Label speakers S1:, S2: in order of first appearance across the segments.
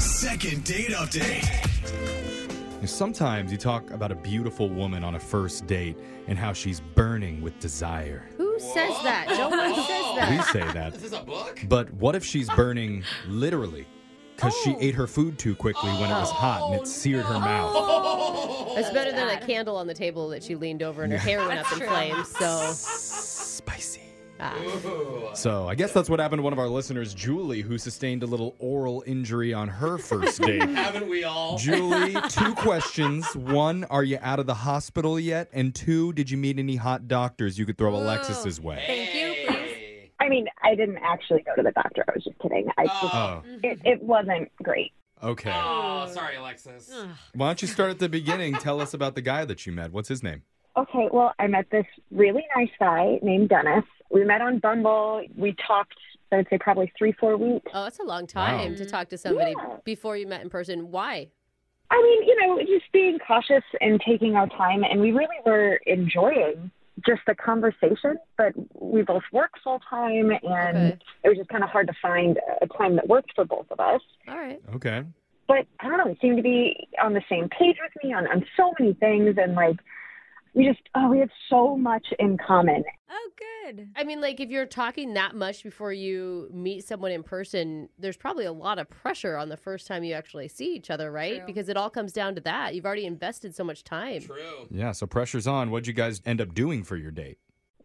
S1: Second date update.
S2: Sometimes you talk about a beautiful woman on a first date and how she's burning with desire.
S3: Who says that? No one
S2: We
S3: says that.
S2: say that.
S4: Is this a book?
S2: But what if she's burning literally? Because
S4: Oh.
S2: she ate her food too quickly when it was hot and it seared her
S4: Oh.
S2: mouth.
S3: It's better than a candle on the table that she leaned over and her hair went up in flames. So
S2: Spicy.
S3: ah.
S2: So I guess that's what happened to one of our listeners, Julie, who sustained a little oral injury on her first date.
S4: Haven't we all?
S2: Julie, two questions. One, are you out of the hospital yet? And two, did you meet any hot doctors you could throw Alexis's way?
S5: Thank you, please.
S6: I mean, I didn't actually go to the doctor. I was just kidding. I just,
S2: Oh,
S6: it, it wasn't great.
S2: okay.
S4: Oh, sorry, Alexis.
S2: Why don't you start at the beginning? Tell us about the guy that you met. What's his name?
S6: Okay, well, I met this really nice guy named Dennis. We met on Bumble. We talked, I would say, probably three, four weeks.
S3: Oh, that's a long time to talk to somebody
S6: Yeah.
S3: before you met in person. Why?
S6: I mean, you know, just being cautious and taking our time. And we really were enjoying just the conversation, but we both work full time. And
S3: Okay.
S6: it was just kind of hard to find a time that worked for both of us.
S3: All right.
S2: Okay.
S6: but I don't know, he seemed to be on the same page with me on, on so many things and like we just oh we had so much in common.
S5: Oh, good.
S3: I mean, like if you're talking that much before you meet someone in person, there's probably a lot of pressure on the first time you actually see each other, right?
S5: True.
S3: Because it all comes down to that. You've already invested so much time.
S4: True.
S2: Yeah, so pressure's on. What'd you guys end up doing for your date?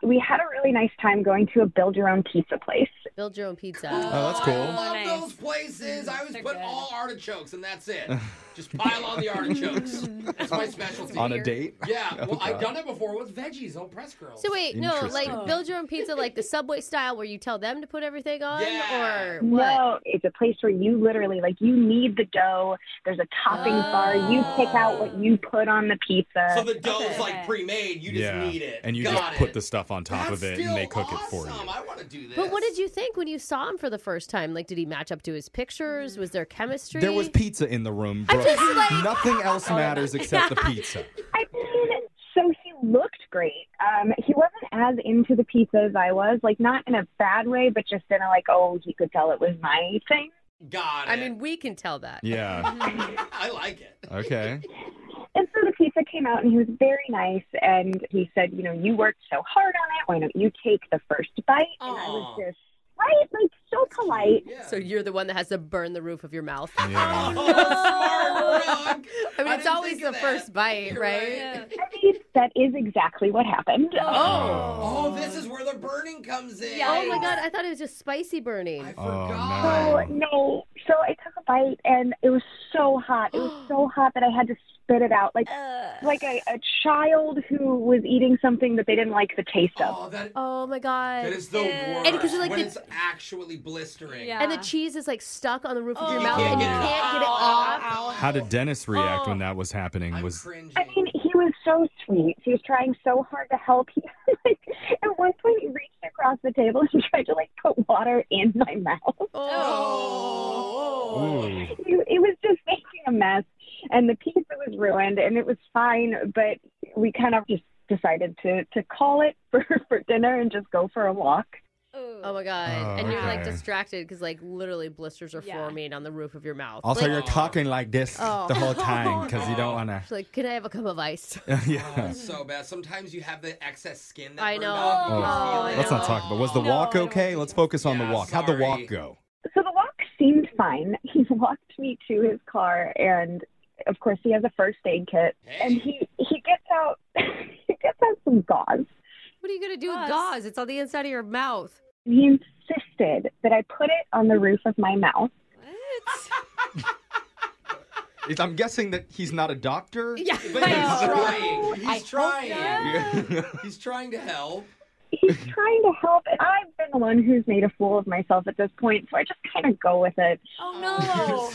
S6: We had a really nice time going to a build your own pizza place.
S3: Build your own pizza.
S2: Oh, that's cool.
S4: I love
S5: Nice.
S4: those places. I always
S5: They're
S4: put
S5: good.
S4: all artichokes, and that's it. Just pile on the artichokes. That's my specialty.
S2: On a date?
S4: yeah, well, I've
S2: God.
S4: done it before with veggies, old press girls.
S3: So wait, no, like
S2: Interesting.
S3: build your own pizza like the subway style where you tell them to put everything on
S4: Yeah.
S3: or what?
S6: No, it's a place where you literally like you need the dough. There's a topping bar. You pick out what you put on the pizza.
S4: So the dough's
S5: Okay.
S4: like pre-made. You just
S2: yeah.
S4: need it.
S2: And you
S4: Got
S2: just
S4: it.
S2: put the stuff on top
S4: That's
S2: of it
S4: still
S2: and they cook it for
S4: awesome.
S2: you.
S4: I want to do this.
S3: But what did you think when you saw him for the first time? Like, did he match up to his pictures? Was there chemistry?
S2: There was pizza in the room, Brooke.
S3: just like-
S2: Nothing else matters except the pizza.
S6: I mean, so he looked great. Um, he wasn't as into the pizza as I was, like not in a bad way, but just in a like, oh, he could tell it was my thing.
S4: Got it.
S3: I mean, we can tell that.
S2: Yeah.
S4: I like it.
S2: Okay.
S6: And so the pizza came out, and he was very nice. And he said, you know, you worked so hard on it. Why don't you take the first bite? And I was
S4: Aw.
S6: just right, like so polite.
S4: Yeah.
S3: So you're the one that has to burn the roof of your mouth.
S2: Yeah.
S4: Oh, smart Brooke.
S3: I mean, it's
S4: didn't
S3: always
S4: think of
S3: the first
S4: that.
S3: bite,
S4: You're
S3: right?
S5: Yeah.
S6: I mean, that is exactly what happened.
S4: Oh, this is where the burning comes in.
S5: Yeah.
S3: Oh my god, I thought it was just spicy burning.
S4: I
S2: no.
S4: forgot.
S6: Oh no! So I took a bite, and it was so hot. It was so hot that I had to spit it out, like
S3: Uh,
S6: like a, a child who was eating something that they didn't like the taste of.
S4: Oh, that,
S3: Oh my god.
S4: that is the
S5: Yeah.
S4: worst.
S5: And
S3: 'cause, like,
S4: when
S3: the-
S4: it's actually blistering.
S5: Yeah.
S3: and the cheese is like stuck on the roof of your
S4: You
S3: mouth
S4: can't
S3: and you
S4: get it
S3: can't
S4: off.
S3: get it off.
S2: How did Dennis react when that was happening?
S4: Oh. I'm
S2: was
S4: cringing. Oh,
S6: I mean, he was so sweet. He was trying so hard to help. He, like, at one point, he reached across the table and tried to like put water in my mouth.
S4: oh.
S2: Ooh.
S3: Mm.
S6: It, it was just making a mess, and the pizza was ruined, and it was fine. But we kind of just decided to to call it for for dinner and just go for a walk.
S3: Oh my god.
S2: Oh,
S3: and you're like
S2: okay.
S3: distracted because like literally blisters are
S5: Yeah.
S3: forming on the roof of your mouth.
S2: Also,
S3: like, uh,
S2: you're talking like this
S3: Oh.
S2: the whole time because you don't want to.
S3: it's like, can I have a cup of ice?
S4: Oh,
S2: yeah.
S4: it's so bad. Sometimes you have the excess skin that
S3: I
S4: burned
S3: know.
S4: off. You
S2: Oh,
S4: can
S3: Oh,
S4: feel it.
S2: Let's not talk about. Was the
S5: No,
S2: walk
S5: I don't want
S2: okay?
S5: to.
S2: Let's focus on
S4: Yeah,
S2: the walk. How'd the walk
S4: sorry.
S2: go?
S6: So the walk seemed fine. He walked me to his car, and of course, he has a first aid kit, and he he gets out he gets out some gauze.
S3: What are you gonna do with
S5: Gauze.
S3: gauze? It's on the inside of your mouth.
S6: And he insisted that I put it on the roof of my mouth.
S5: What?
S2: It's- I'm guessing that he's not a doctor.
S3: Yeah.
S4: But he's
S5: Oh.
S4: trying. He's trying.
S2: Yeah.
S4: He's trying to help.
S6: He's trying to help, and I've been the one who's made a fool of myself at this point, so I just kind of go with it.
S5: Oh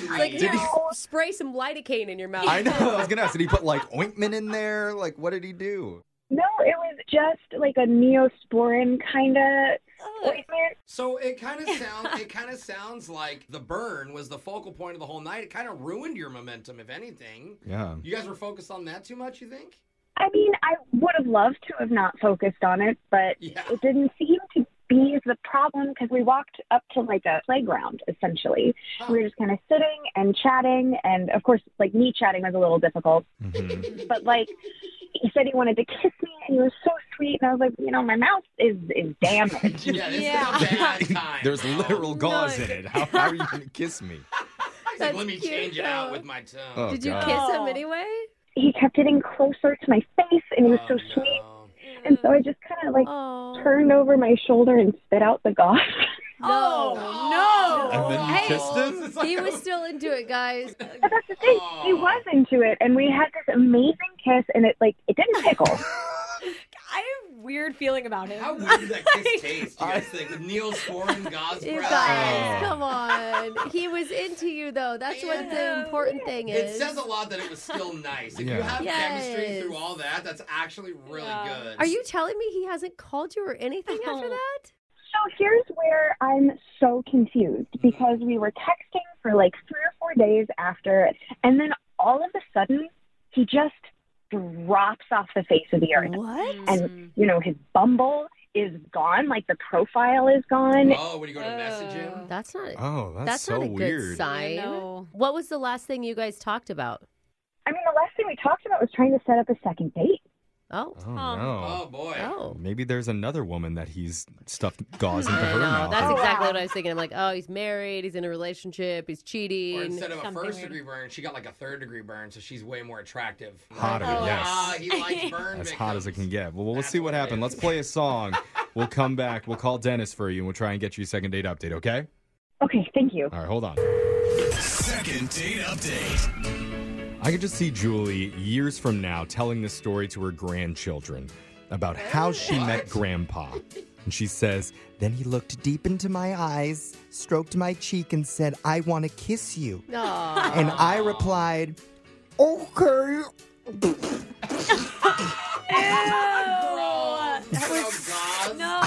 S5: no.
S3: Like,
S4: Did
S3: here,
S2: he-
S3: spray some lidocaine in your mouth.
S2: I know. I was gonna ask. Did he put like ointment in there? Like, what did he do?
S6: No, it was just like a neosporin kind
S3: Oh.
S6: of ointment.
S4: So it kind of sounds. It kind of sounds like the burn was the focal point of the whole night. It kind of ruined your momentum, if anything.
S2: Yeah.
S4: You guys were focused on that too much. You think?
S6: I mean, I would have loved to have not focused on it, but
S4: Yeah.
S6: it didn't seem to be the problem because we walked up to like a playground essentially. We were just kind of sitting and chatting, and of course, like me chatting was a little difficult.
S3: Mm-hmm.
S6: But like, he said he wanted to kiss me, and he was so sweet, and I was like, you know, my mouth is is damaged.
S4: Yeah, this
S5: Yeah.
S4: is a bad time. Oh.
S2: There's
S4: bro.
S2: literal gauze in it. How, how are you going to kiss me?
S4: He's like,
S5: That's
S4: let me
S5: cute,
S4: change it out
S5: though.
S4: with my tongue.
S2: Oh,
S3: Did you
S2: God.
S3: kiss him
S5: Oh.
S3: anyway?
S6: he kept getting closer to my face, and he was so
S4: Oh,
S6: sweet.
S4: no.
S6: And so I just kind of like
S5: Oh.
S6: turned over my shoulder and spit out the gauze.
S4: Um,
S5: Oh, no.
S2: And then you
S3: Hey.
S2: kissed him?
S3: He was still into it, guys.
S6: But that's the thing. He
S4: oh.
S6: was into it, and we had this amazing kiss, and it like it didn't tickle.
S5: I have a weird feeling about him.
S4: How weird did that kiss taste? Do you guys think? With Neosporin, gauze
S3: You
S4: breath?
S3: guys,
S2: Oh.
S3: come on. He was into you, though. That's what the
S5: Yeah.
S3: important thing
S4: It
S3: is.
S4: says a lot that it was still nice. If you
S2: Yeah.
S4: have chemistry
S3: Yes.
S4: through all that, that's actually really
S5: Yeah.
S4: good.
S3: Are you telling me he hasn't called you or anything after
S5: Oh.
S3: that?
S6: So here's where I'm so confused
S4: Mm-hmm.
S6: because we were texting for like three or four days after, and then all of a sudden, he just drops off the face of the earth.
S5: What?
S4: Mm,
S6: And, you know, his bumble is gone, like the profile is gone.
S4: Oh, when you go to message him?
S3: That's not.
S2: Oh, that's,
S3: that's
S2: so
S3: not a good
S2: weird.
S3: sign.
S5: I know.
S3: What was the last thing you guys talked about?
S6: I mean, the last thing we talked about was trying to set up a second date.
S3: Oh,
S2: Oh,
S5: Um,
S4: Oh,
S2: no.
S4: boy.
S3: oh.
S2: Maybe there's another woman that he's stuffed gauze into
S3: I
S2: her
S3: know.
S2: mouth.
S3: That's
S6: Oh,
S3: exactly
S6: wow.
S3: what I was thinking. I'm like, oh, he's married. He's in a relationship. He's
S4: Or
S3: cheating.
S4: instead of a
S5: Something
S4: first
S5: weird.
S4: degree burn, she got like a third degree burn, so she's way more attractive.
S2: Hotter,
S4: Like,
S2: yes.
S4: Ah, he likes burn
S2: as hot as it can
S4: victims.
S2: get. Well, we'll
S4: That's
S2: see what
S4: what it
S2: happens.
S4: is.
S2: Let's play a song. we'll come back. We'll call Dennis for you, and we'll try and get you a second date update. Okay?
S6: Okay, thank you.
S2: All right, hold on.
S1: Second date update.
S2: I could just see Julie years from now telling this story to her grandchildren about how she
S5: Oh,
S2: met Grandpa. And she says, Then he looked deep into my eyes, stroked my cheek, and said, I want to kiss you.
S3: Aw.
S2: And I replied, Okay.
S5: Oh, Ew.
S4: That was gauze?
S5: No.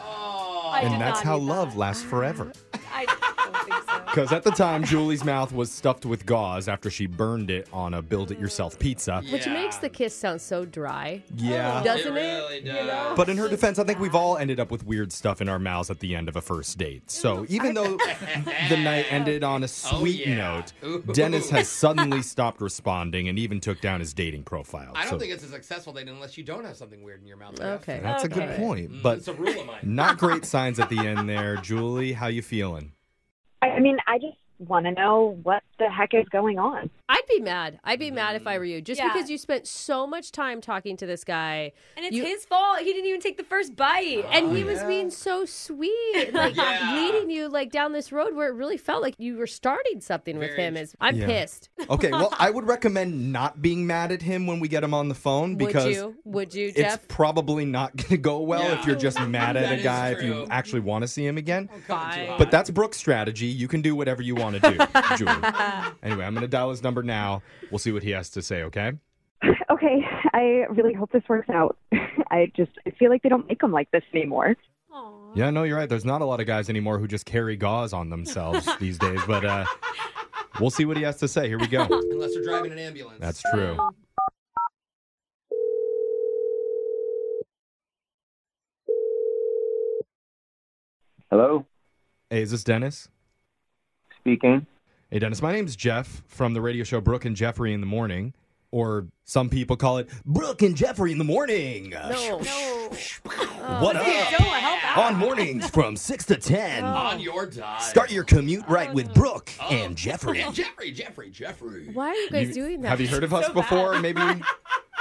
S4: Oh.
S5: I did
S2: And that's
S5: not
S2: how
S5: need
S2: love
S5: that.
S2: lasts forever.
S5: I don't think so.
S2: Because at the time, Julie's mouth was stuffed with gauze after she burned it on a build it yourself pizza.
S3: Which
S4: Yeah.
S3: makes the kiss sound so dry.
S2: Yeah.
S3: Doesn't it?
S4: really Oh. does.
S2: But in her defense, I think we've all ended up with weird stuff in our mouths at the end of a first date. So even though the night ended on a sweet
S4: Oh, yeah.
S2: note,
S4: Ooh.
S2: Dennis has suddenly stopped responding and even took down his dating profile.
S4: I don't
S2: So
S4: think it's a successful date unless you don't have something weird in your mouth.
S3: Okay.
S2: that's a good
S3: Okay.
S2: point.
S4: But
S2: Mm, But
S4: it's a rule of mine.
S2: not great signs at the end there. Julie, how you feeling?
S6: I mean, I just want to know what the heck is going on.
S3: I'd be mad. I'd be mad if I were you, just
S5: Yeah.
S3: because you spent so much time talking to this guy,
S5: And it's
S3: You-
S5: his fault. He didn't even take the first bite.
S3: and
S2: Oh,
S3: he was being so sweet, like
S4: Yeah.
S3: leading you like down this road where it really felt like you were starting something with
S4: Very
S3: him. Is I'm
S2: Yeah.
S3: pissed.
S2: Okay, well, I would recommend not being mad at him when we get him on the phone because
S3: would you? Would you,
S2: it's
S3: Jeff?
S2: probably not going to go well
S4: Yeah.
S2: if you're just mad at
S4: That
S2: a
S4: is
S2: guy if you
S4: true.
S2: actually want to see him again.
S4: Coming too
S3: Bye.
S4: hot.
S2: But that's Brooke's strategy. You can do whatever you want to do, Julie. Anyway, I'm going to dial his number now. We'll see what he has to say, okay?
S6: Okay, I really hope this works out. I just I feel like they don't make them like this anymore.
S5: Aw.
S2: Yeah, no, you're right. There's not a lot of guys anymore who just carry gauze on themselves these days, but uh, we'll see what he has to say. Here we go.
S4: unless they're driving an ambulance.
S2: That's true.
S7: Hello,
S2: Hey, is this Dennis?
S7: speaking.
S2: Hey, Dennis, my name's Jeff from the radio show Brooke and Jeffrey in the Morning, or some people call it Brooke and Jeffrey in the Morning.
S3: no.
S5: No.
S2: What up?
S5: Don't help out.
S2: On mornings from 6 to
S3: Oh.
S2: 10.
S4: On your dime.
S2: Start your commute right with Brooke and Jeffrey.
S4: And Jeffrey, Jeffrey, Jeffrey.
S3: Why are you guys
S2: Oh. You-
S3: doing that?
S2: Have you heard of us
S5: So
S2: before?
S5: bad.
S2: Maybe.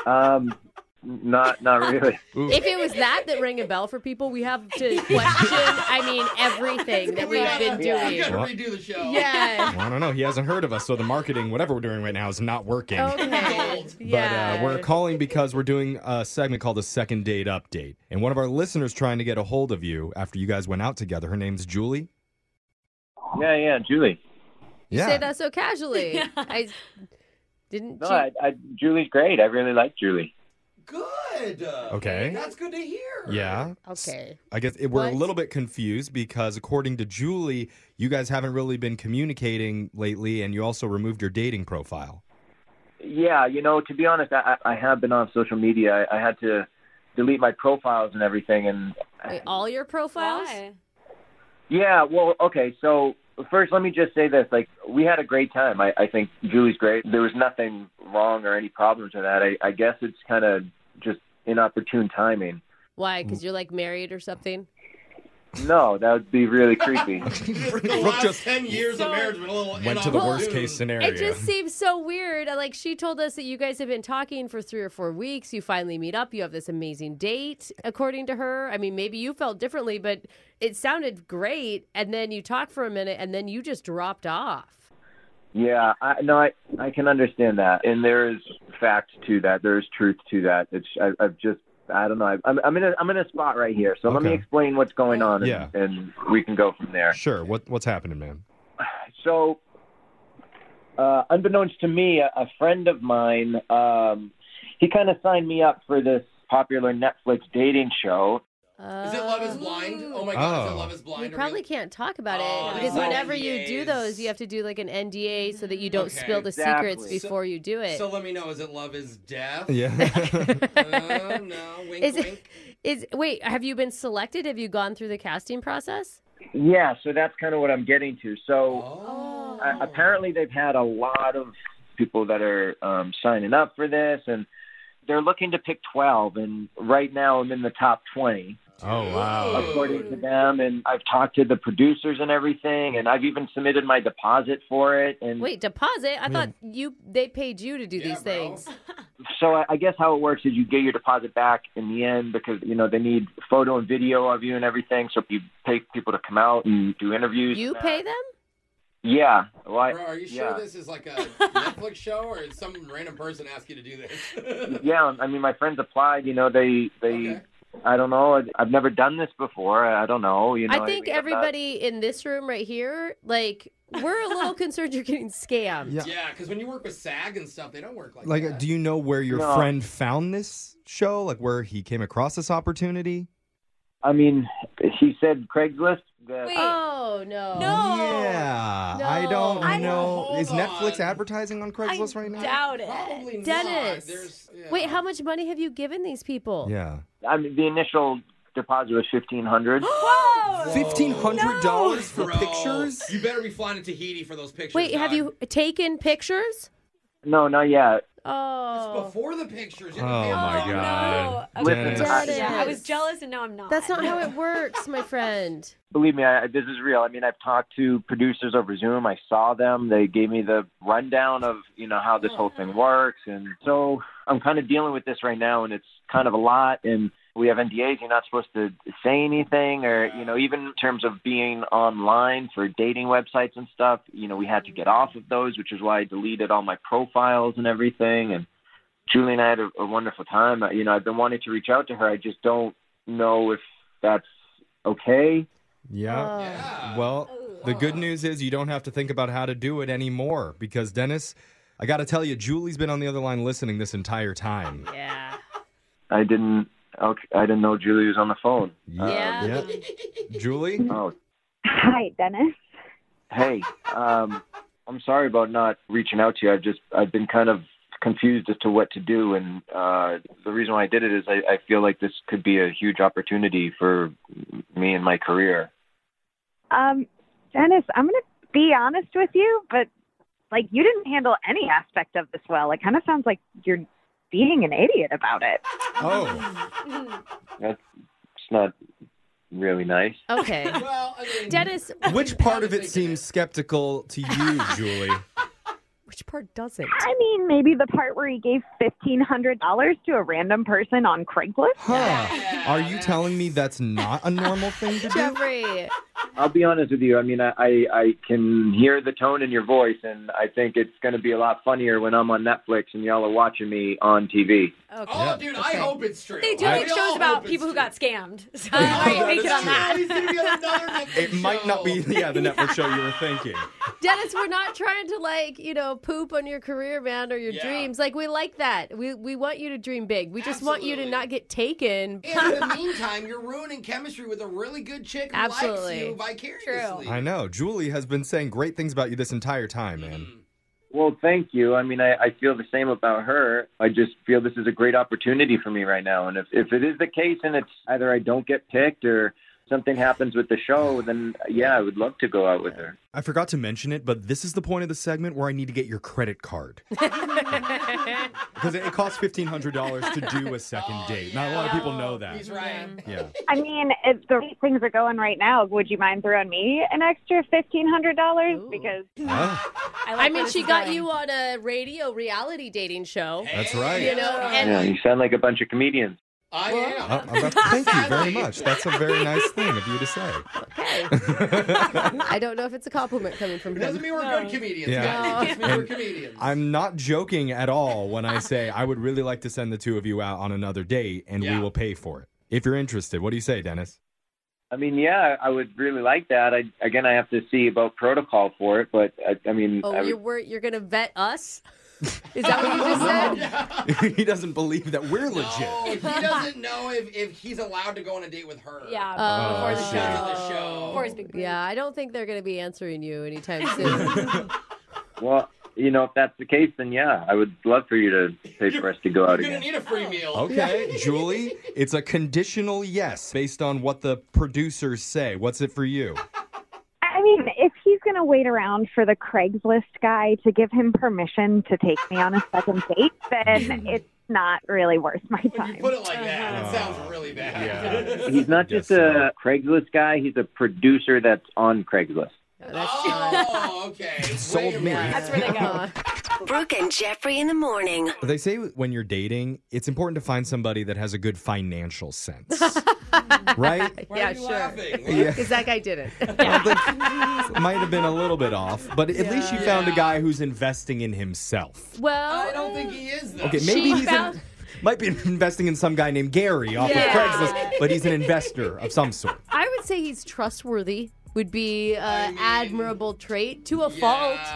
S7: Um, not not really.
S2: Ooh.
S3: If it was that that rang a bell for people, we have to question. I mean, everything that we've
S4: gotta-
S3: been doing.
S4: We gotta
S2: What?
S4: redo the show.
S3: Yeah.
S2: Well, I don't know. He hasn't heard of us, so the marketing, whatever we're doing right now, is not working.
S3: Okay.
S2: But
S3: Oh, yeah.
S2: uh, we're calling because we're doing a segment called the Second Date Update. And one of our listeners trying to get a hold of you after you guys went out together. Her name's Julie.
S7: Yeah, yeah, Julie.
S3: You
S2: Yeah.
S3: say that so casually. I didn't.
S7: No,
S3: you-
S7: I, I, Julie's great. I really like Julie.
S4: Good.
S2: Okay.
S4: That's good to hear.
S2: Yeah.
S3: Okay.
S2: I guess it, we're
S3: What?
S2: a little bit confused because, according to Julie, you guys haven't really been communicating lately, and you also removed your dating profile.
S7: Yeah, you know, to be honest, I, I I have been on social media. I, I had to delete my profiles and everything. And
S3: Wait, all your profiles?
S5: Why?
S7: yeah, well, okay, so first, let me just say this: like, we had a great time. I, I think Julie's great. There was nothing wrong or any problems with that. I, I guess it's kind of just inopportune timing.
S3: Why?
S2: Mm.
S3: Because you're like married or something?
S7: No, that would be really creepy.
S4: For the
S2: Brooke
S4: last
S2: just
S4: ten years of marriage, been a little
S2: went to the worst
S4: inopportune.
S2: case scenario.
S3: It just seems so weird. I- Like she told us that you guys have been talking for three or four weeks. You finally meet up. You have this amazing date, according to her. I mean, maybe you felt differently, but it sounded great. And then you talked for a minute, and then you just dropped off.
S7: Yeah, I, no, I I can understand that, and there is fact to that. There is truth to that. It's I, I've just I don't know. I, I'm I'm in a I'm in a spot right here, so let me
S2: Okay.
S7: explain what's going on, and,
S2: Yeah.
S7: and we can go from there.
S2: Sure. What what's happening, man?
S7: So, uh, unbeknownst to me, a, a friend of mine, um, he kind of signed me up for this popular Netflix dating show.
S4: Is it Love Is Blind? Oh my God! Is
S2: Oh.
S4: it Love Is Blind?
S3: You
S4: Are we-
S3: Uh, probably can't talk about it
S4: Oh,
S3: because
S5: no.
S3: whenever you do
S4: NDAs.
S3: those, you have to do like an NDA so that you don't
S4: Okay.
S3: spill the
S7: Exactly.
S3: secrets
S7: So-
S3: before you do it.
S4: So let me know. Is it Love Is Death?
S2: Yeah.
S4: Uh, no. Wink,
S3: is it
S4: wink.
S3: is wait? Have you been selected? Have you gone through the casting process?
S7: Yeah, so that's kind of what I'm getting to. So,
S4: Oh.
S7: uh, apparently they've had a lot of people that are um, signing up for this, and they're looking to pick 12. And right now, I'm in the top 20
S2: oh wow.
S7: according to them. And I've talked to the producers and everything, and I've even submitted my deposit for it.
S2: Mm.
S7: And
S3: Wait, deposit? I thought you they paid you to do
S4: Yeah,
S3: these
S4: bro.
S3: things.
S7: so I, I guess how it works is you get your deposit back in the end because you know they need photo and video of you and everything. So you pay people to come out and do interviews.
S3: You
S7: and that.
S3: pay them?
S7: Yeah. Well, I-
S4: Bro, are you sure
S7: yeah.
S4: this is like a Netflix show or is some random person ask you to do this?
S7: Yeah. I mean, my friends applied. You know, they they.
S4: Okay.
S7: I don't know. I- I've never done this before. I don't know. You know. what
S3: I think
S7: mean? I'm not-
S3: everybody in this room right here, like, we're a little concerned you're getting scammed.
S2: Yeah.
S4: Yeah, because when you work with SAG and stuff, they don't work like,
S2: Like, uh,
S4: that.
S2: do you know where your
S7: No.
S2: friend found this show? Like, where he came across this opportunity?
S7: I mean, he said Craigslist. That,
S5: Wait.
S3: Oh no.
S5: No.
S2: Yeah.
S3: No.
S2: I don't
S3: I-
S2: know.
S4: Hold
S2: Is Netflix
S4: on.
S2: advertising on
S5: I
S2: Craigslist right now?
S5: doubt it.
S4: Probably not.
S3: Dennis.
S4: There's- yeah.
S3: Wait, how much money have you given these people?
S2: Yeah.
S7: I mean, the initial deposit was fifteen hundred.
S5: Whoa!
S2: Fifteen hundred dollars for
S4: Bro,
S2: pictures?
S4: You better be flying to Tahiti for those pictures.
S3: Wait, have
S4: dog.
S3: you taken pictures?
S7: no, not yet.
S4: It's
S3: Oh.
S4: before the pictures. You
S2: Oh
S4: have to pay
S2: my
S4: for them.
S2: god.
S5: no. Okay.
S2: Dennis.
S3: Dennis.
S5: Yeah, I was jealous and now I'm not.
S3: That's not how it works, my friend.
S7: believe me, I, this is real. I mean, I've talked to producers over Zoom. I saw them. They gave me the rundown of you know how this whole thing works, and so I'm kind of dealing with this right now, and it's kind of a lot. And we have NDAs. You're not supposed to say anything, or you know, even in terms of being online for dating websites and stuff. You know, we had to get off of those, which is why I deleted all my profiles and everything. And Julie and I had a, a wonderful time. You know, I've been wanting to reach out to her. I just don't know if that's okay.
S2: Yeah.
S3: Oh.
S4: Yeah.
S2: Well, the good news is you don't have to think about how to do it anymore because Dennis, I got to tell you, Julie's been on the other line listening this entire time.
S3: Yeah.
S7: I didn't. Okay, I didn't know Julie was on the phone.
S3: Yeah.
S2: Yeah. Julie?
S7: Oh,
S6: Hi, Dennis.
S7: hey. Um, I'm sorry about not reaching out to you. I've just I've been kind of confused as to what to do, and uh, the reason why I did it is I, I feel like this could be a huge opportunity for me and my career.
S6: Um, Dennis, I'm going to be honest with you, but like you didn't handle any aspect of this well. It kind of sounds like you're being an idiot about it.
S2: Oh,
S7: That's it's not really nice.
S3: Okay.
S4: Well, I mean,
S3: Dennis,
S2: Oh, which part of it seems skeptical to you, Julie?
S3: which part doesn't?
S6: I mean, maybe the part where he gave $1,500 to a random person on Craigslist.
S2: Huh? Are you telling me that's not a normal thing to do?
S3: Jeffrey.
S7: I'll be honest with you. I mean, I I, I can hear the tone in your voice, and I think it's going to be a lot funnier when I'm on Netflix and y'all are watching me on TV.
S5: Okay.
S4: Oh, dude, I hope it's true.
S5: They do
S4: I
S5: make
S4: all
S5: shows
S4: hope
S5: about
S4: it's
S5: people who
S4: true.
S5: got scammed. So I might
S4: Oh,
S5: make it
S4: that's true.
S5: on that.
S4: He's gonna be on another Netflix
S2: It might not be,
S4: show.
S2: yeah, the Netflix show you were thinking.
S3: Dennis, we're not trying to like, you know, poop on your career, man, or your
S4: Yeah.
S3: dreams. Like we like that. We we want you to dream big. We just want you to
S4: Absolutely.
S3: not get taken.
S4: And in the meantime, you're ruining chemistry with a really good chick who
S3: Absolutely.
S4: likes you vicariously.
S2: I know. Julie has been saying great things about you this entire time, man.
S7: Well, thank you. I mean, I, I feel the same about her. I just feel this is a great opportunity for me right now. And if, if it is the case and it's either I don't get picked or something happens with the show, then yeah, I would love to go out with her.
S2: I forgot to mention it, but this is the point of the segment where I need to get your credit card. Because it it costs $1,500 to do a second
S3: Oh,
S2: date. Not a lot of people know that.
S4: He's right.
S2: Yeah.
S6: I mean, if the way things are going right now, would you mind throwing me an extra fifteen hundred dollars? Because
S2: Oh,
S5: I, like
S3: I
S5: where
S3: mean,
S5: this
S3: she
S5: is
S3: got
S5: going.
S3: you on a radio reality dating show.
S2: that's right.
S3: You know, and
S7: Yeah, you sound like a bunch of comedians.
S4: I am.
S2: Oh, I'm about to- thank you very much. That's a very nice thing of you to say.
S3: I don't know if it's a compliment coming from
S4: It doesn't
S3: him.
S4: mean we're good comedians,
S2: Yeah.
S4: guys. It just means
S2: And
S4: we're comedians.
S2: I'm not joking at all when I say I would really like to send the two of you out on another date and
S4: Yeah.
S2: we will pay for it. If you're interested, what do you say, Dennis?
S7: I mean, yeah, I would really like that. I, again, I have to see about protocol for it, but I, I mean,
S3: Oh,
S7: I
S3: you
S7: would,
S3: were you're gonna vet us? Is that what you just said?
S2: he doesn't believe that we're legit.
S4: No, he doesn't know if, if he's allowed to go on a date with her.
S5: Yeah,
S3: Oh,
S5: before the
S2: shit.
S5: show.
S4: Before the show.
S5: Before his big break.
S3: Yeah, I don't think they're gonna be answering you anytime soon.
S7: well, you know, if that's the case, then yeah, I would love for you to pay for us to go
S4: You're
S7: out
S4: going to
S7: again.
S4: need a
S3: Oh.
S4: free meal.
S2: Okay, Julie, it's a conditional yes based on what the producers say. What's it for you?
S6: I mean, if he's going to wait around for the Craigslist guy to give him permission to take me on a second date, then it's not really worth my
S4: When you
S6: time.
S4: put it like that,
S2: Uh-huh.
S4: it sounds really bad.
S7: He's not
S2: Guess
S7: just a Craigslist guy; he's a producer that's on Craigslist.
S4: Oh, okay.
S2: Sold
S4: Way
S2: me.
S4: around.
S5: That's where they go.
S8: Brooke and Jeffrey in the morning.
S2: They say when you're dating, it's important to find somebody that has a good financial sense. right?
S4: Why
S3: Yeah,
S4: are you
S3: sure.
S4: laughing?
S3: Because that guy didn't.
S2: It might have been a little bit off, but at least you found a guy who's investing in himself.
S4: I
S3: Well,
S4: don't think he is, though.
S2: Okay, maybe
S3: She
S2: he's in-
S3: found-
S2: might be investing in some guy named Gary off
S3: Yeah.
S2: of Craigslist, but he's an investor of some sort.
S3: I would say he's trustworthy. Would be an
S4: I mean-
S3: admirable trait to a
S4: Yeah.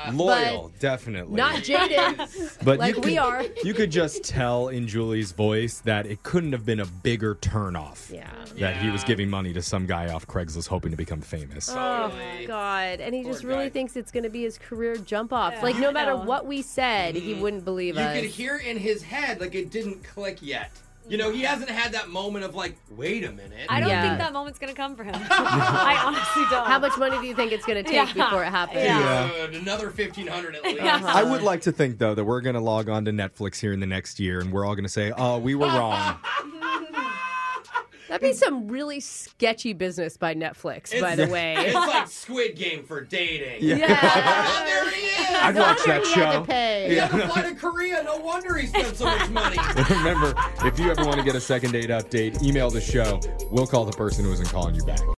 S3: fault.
S2: Loyal, definitely.
S3: but not jaded
S2: but
S3: like
S2: you
S3: we
S2: could-
S3: are.
S2: You could just tell in Julie's voice that it couldn't have been a bigger turnoff.
S3: Yeah.
S2: That he was giving money to some guy off Craigslist hoping to become famous.
S3: Oh my god! And he just really
S4: guy.
S3: thinks it's going to be his career jump off. Like no matter what we said, he wouldn't believe
S4: Mm. You
S3: us.
S4: could hear in his head, like, it didn't click yet. You know, he hasn't had that moment of, like, wait a minute.
S5: I don't
S3: Yeah.
S5: think that moment's gonna come for him. I honestly don't.
S3: How much money do you think it's going to take
S5: Yeah.
S3: before it happens?
S5: Yeah.
S4: Dude, another 1500 at least.
S2: I would like to think, though, that we're going to log on to Netflix here in the next year and we're all going to say, oh, we were wrong.
S3: That'd be some really sketchy business by Netflix,
S4: It's-
S3: by the way.
S4: It's like Squid Game for dating.
S2: Yeah.
S4: Ah, there he is.
S2: I'd watch that
S3: He had to
S2: show.
S4: He
S3: pay.
S4: had to fly to Korea. No wonder he spent so much money.
S2: Remember, if you ever want to get a second date update, email the show. We'll call the person who isn't calling you back.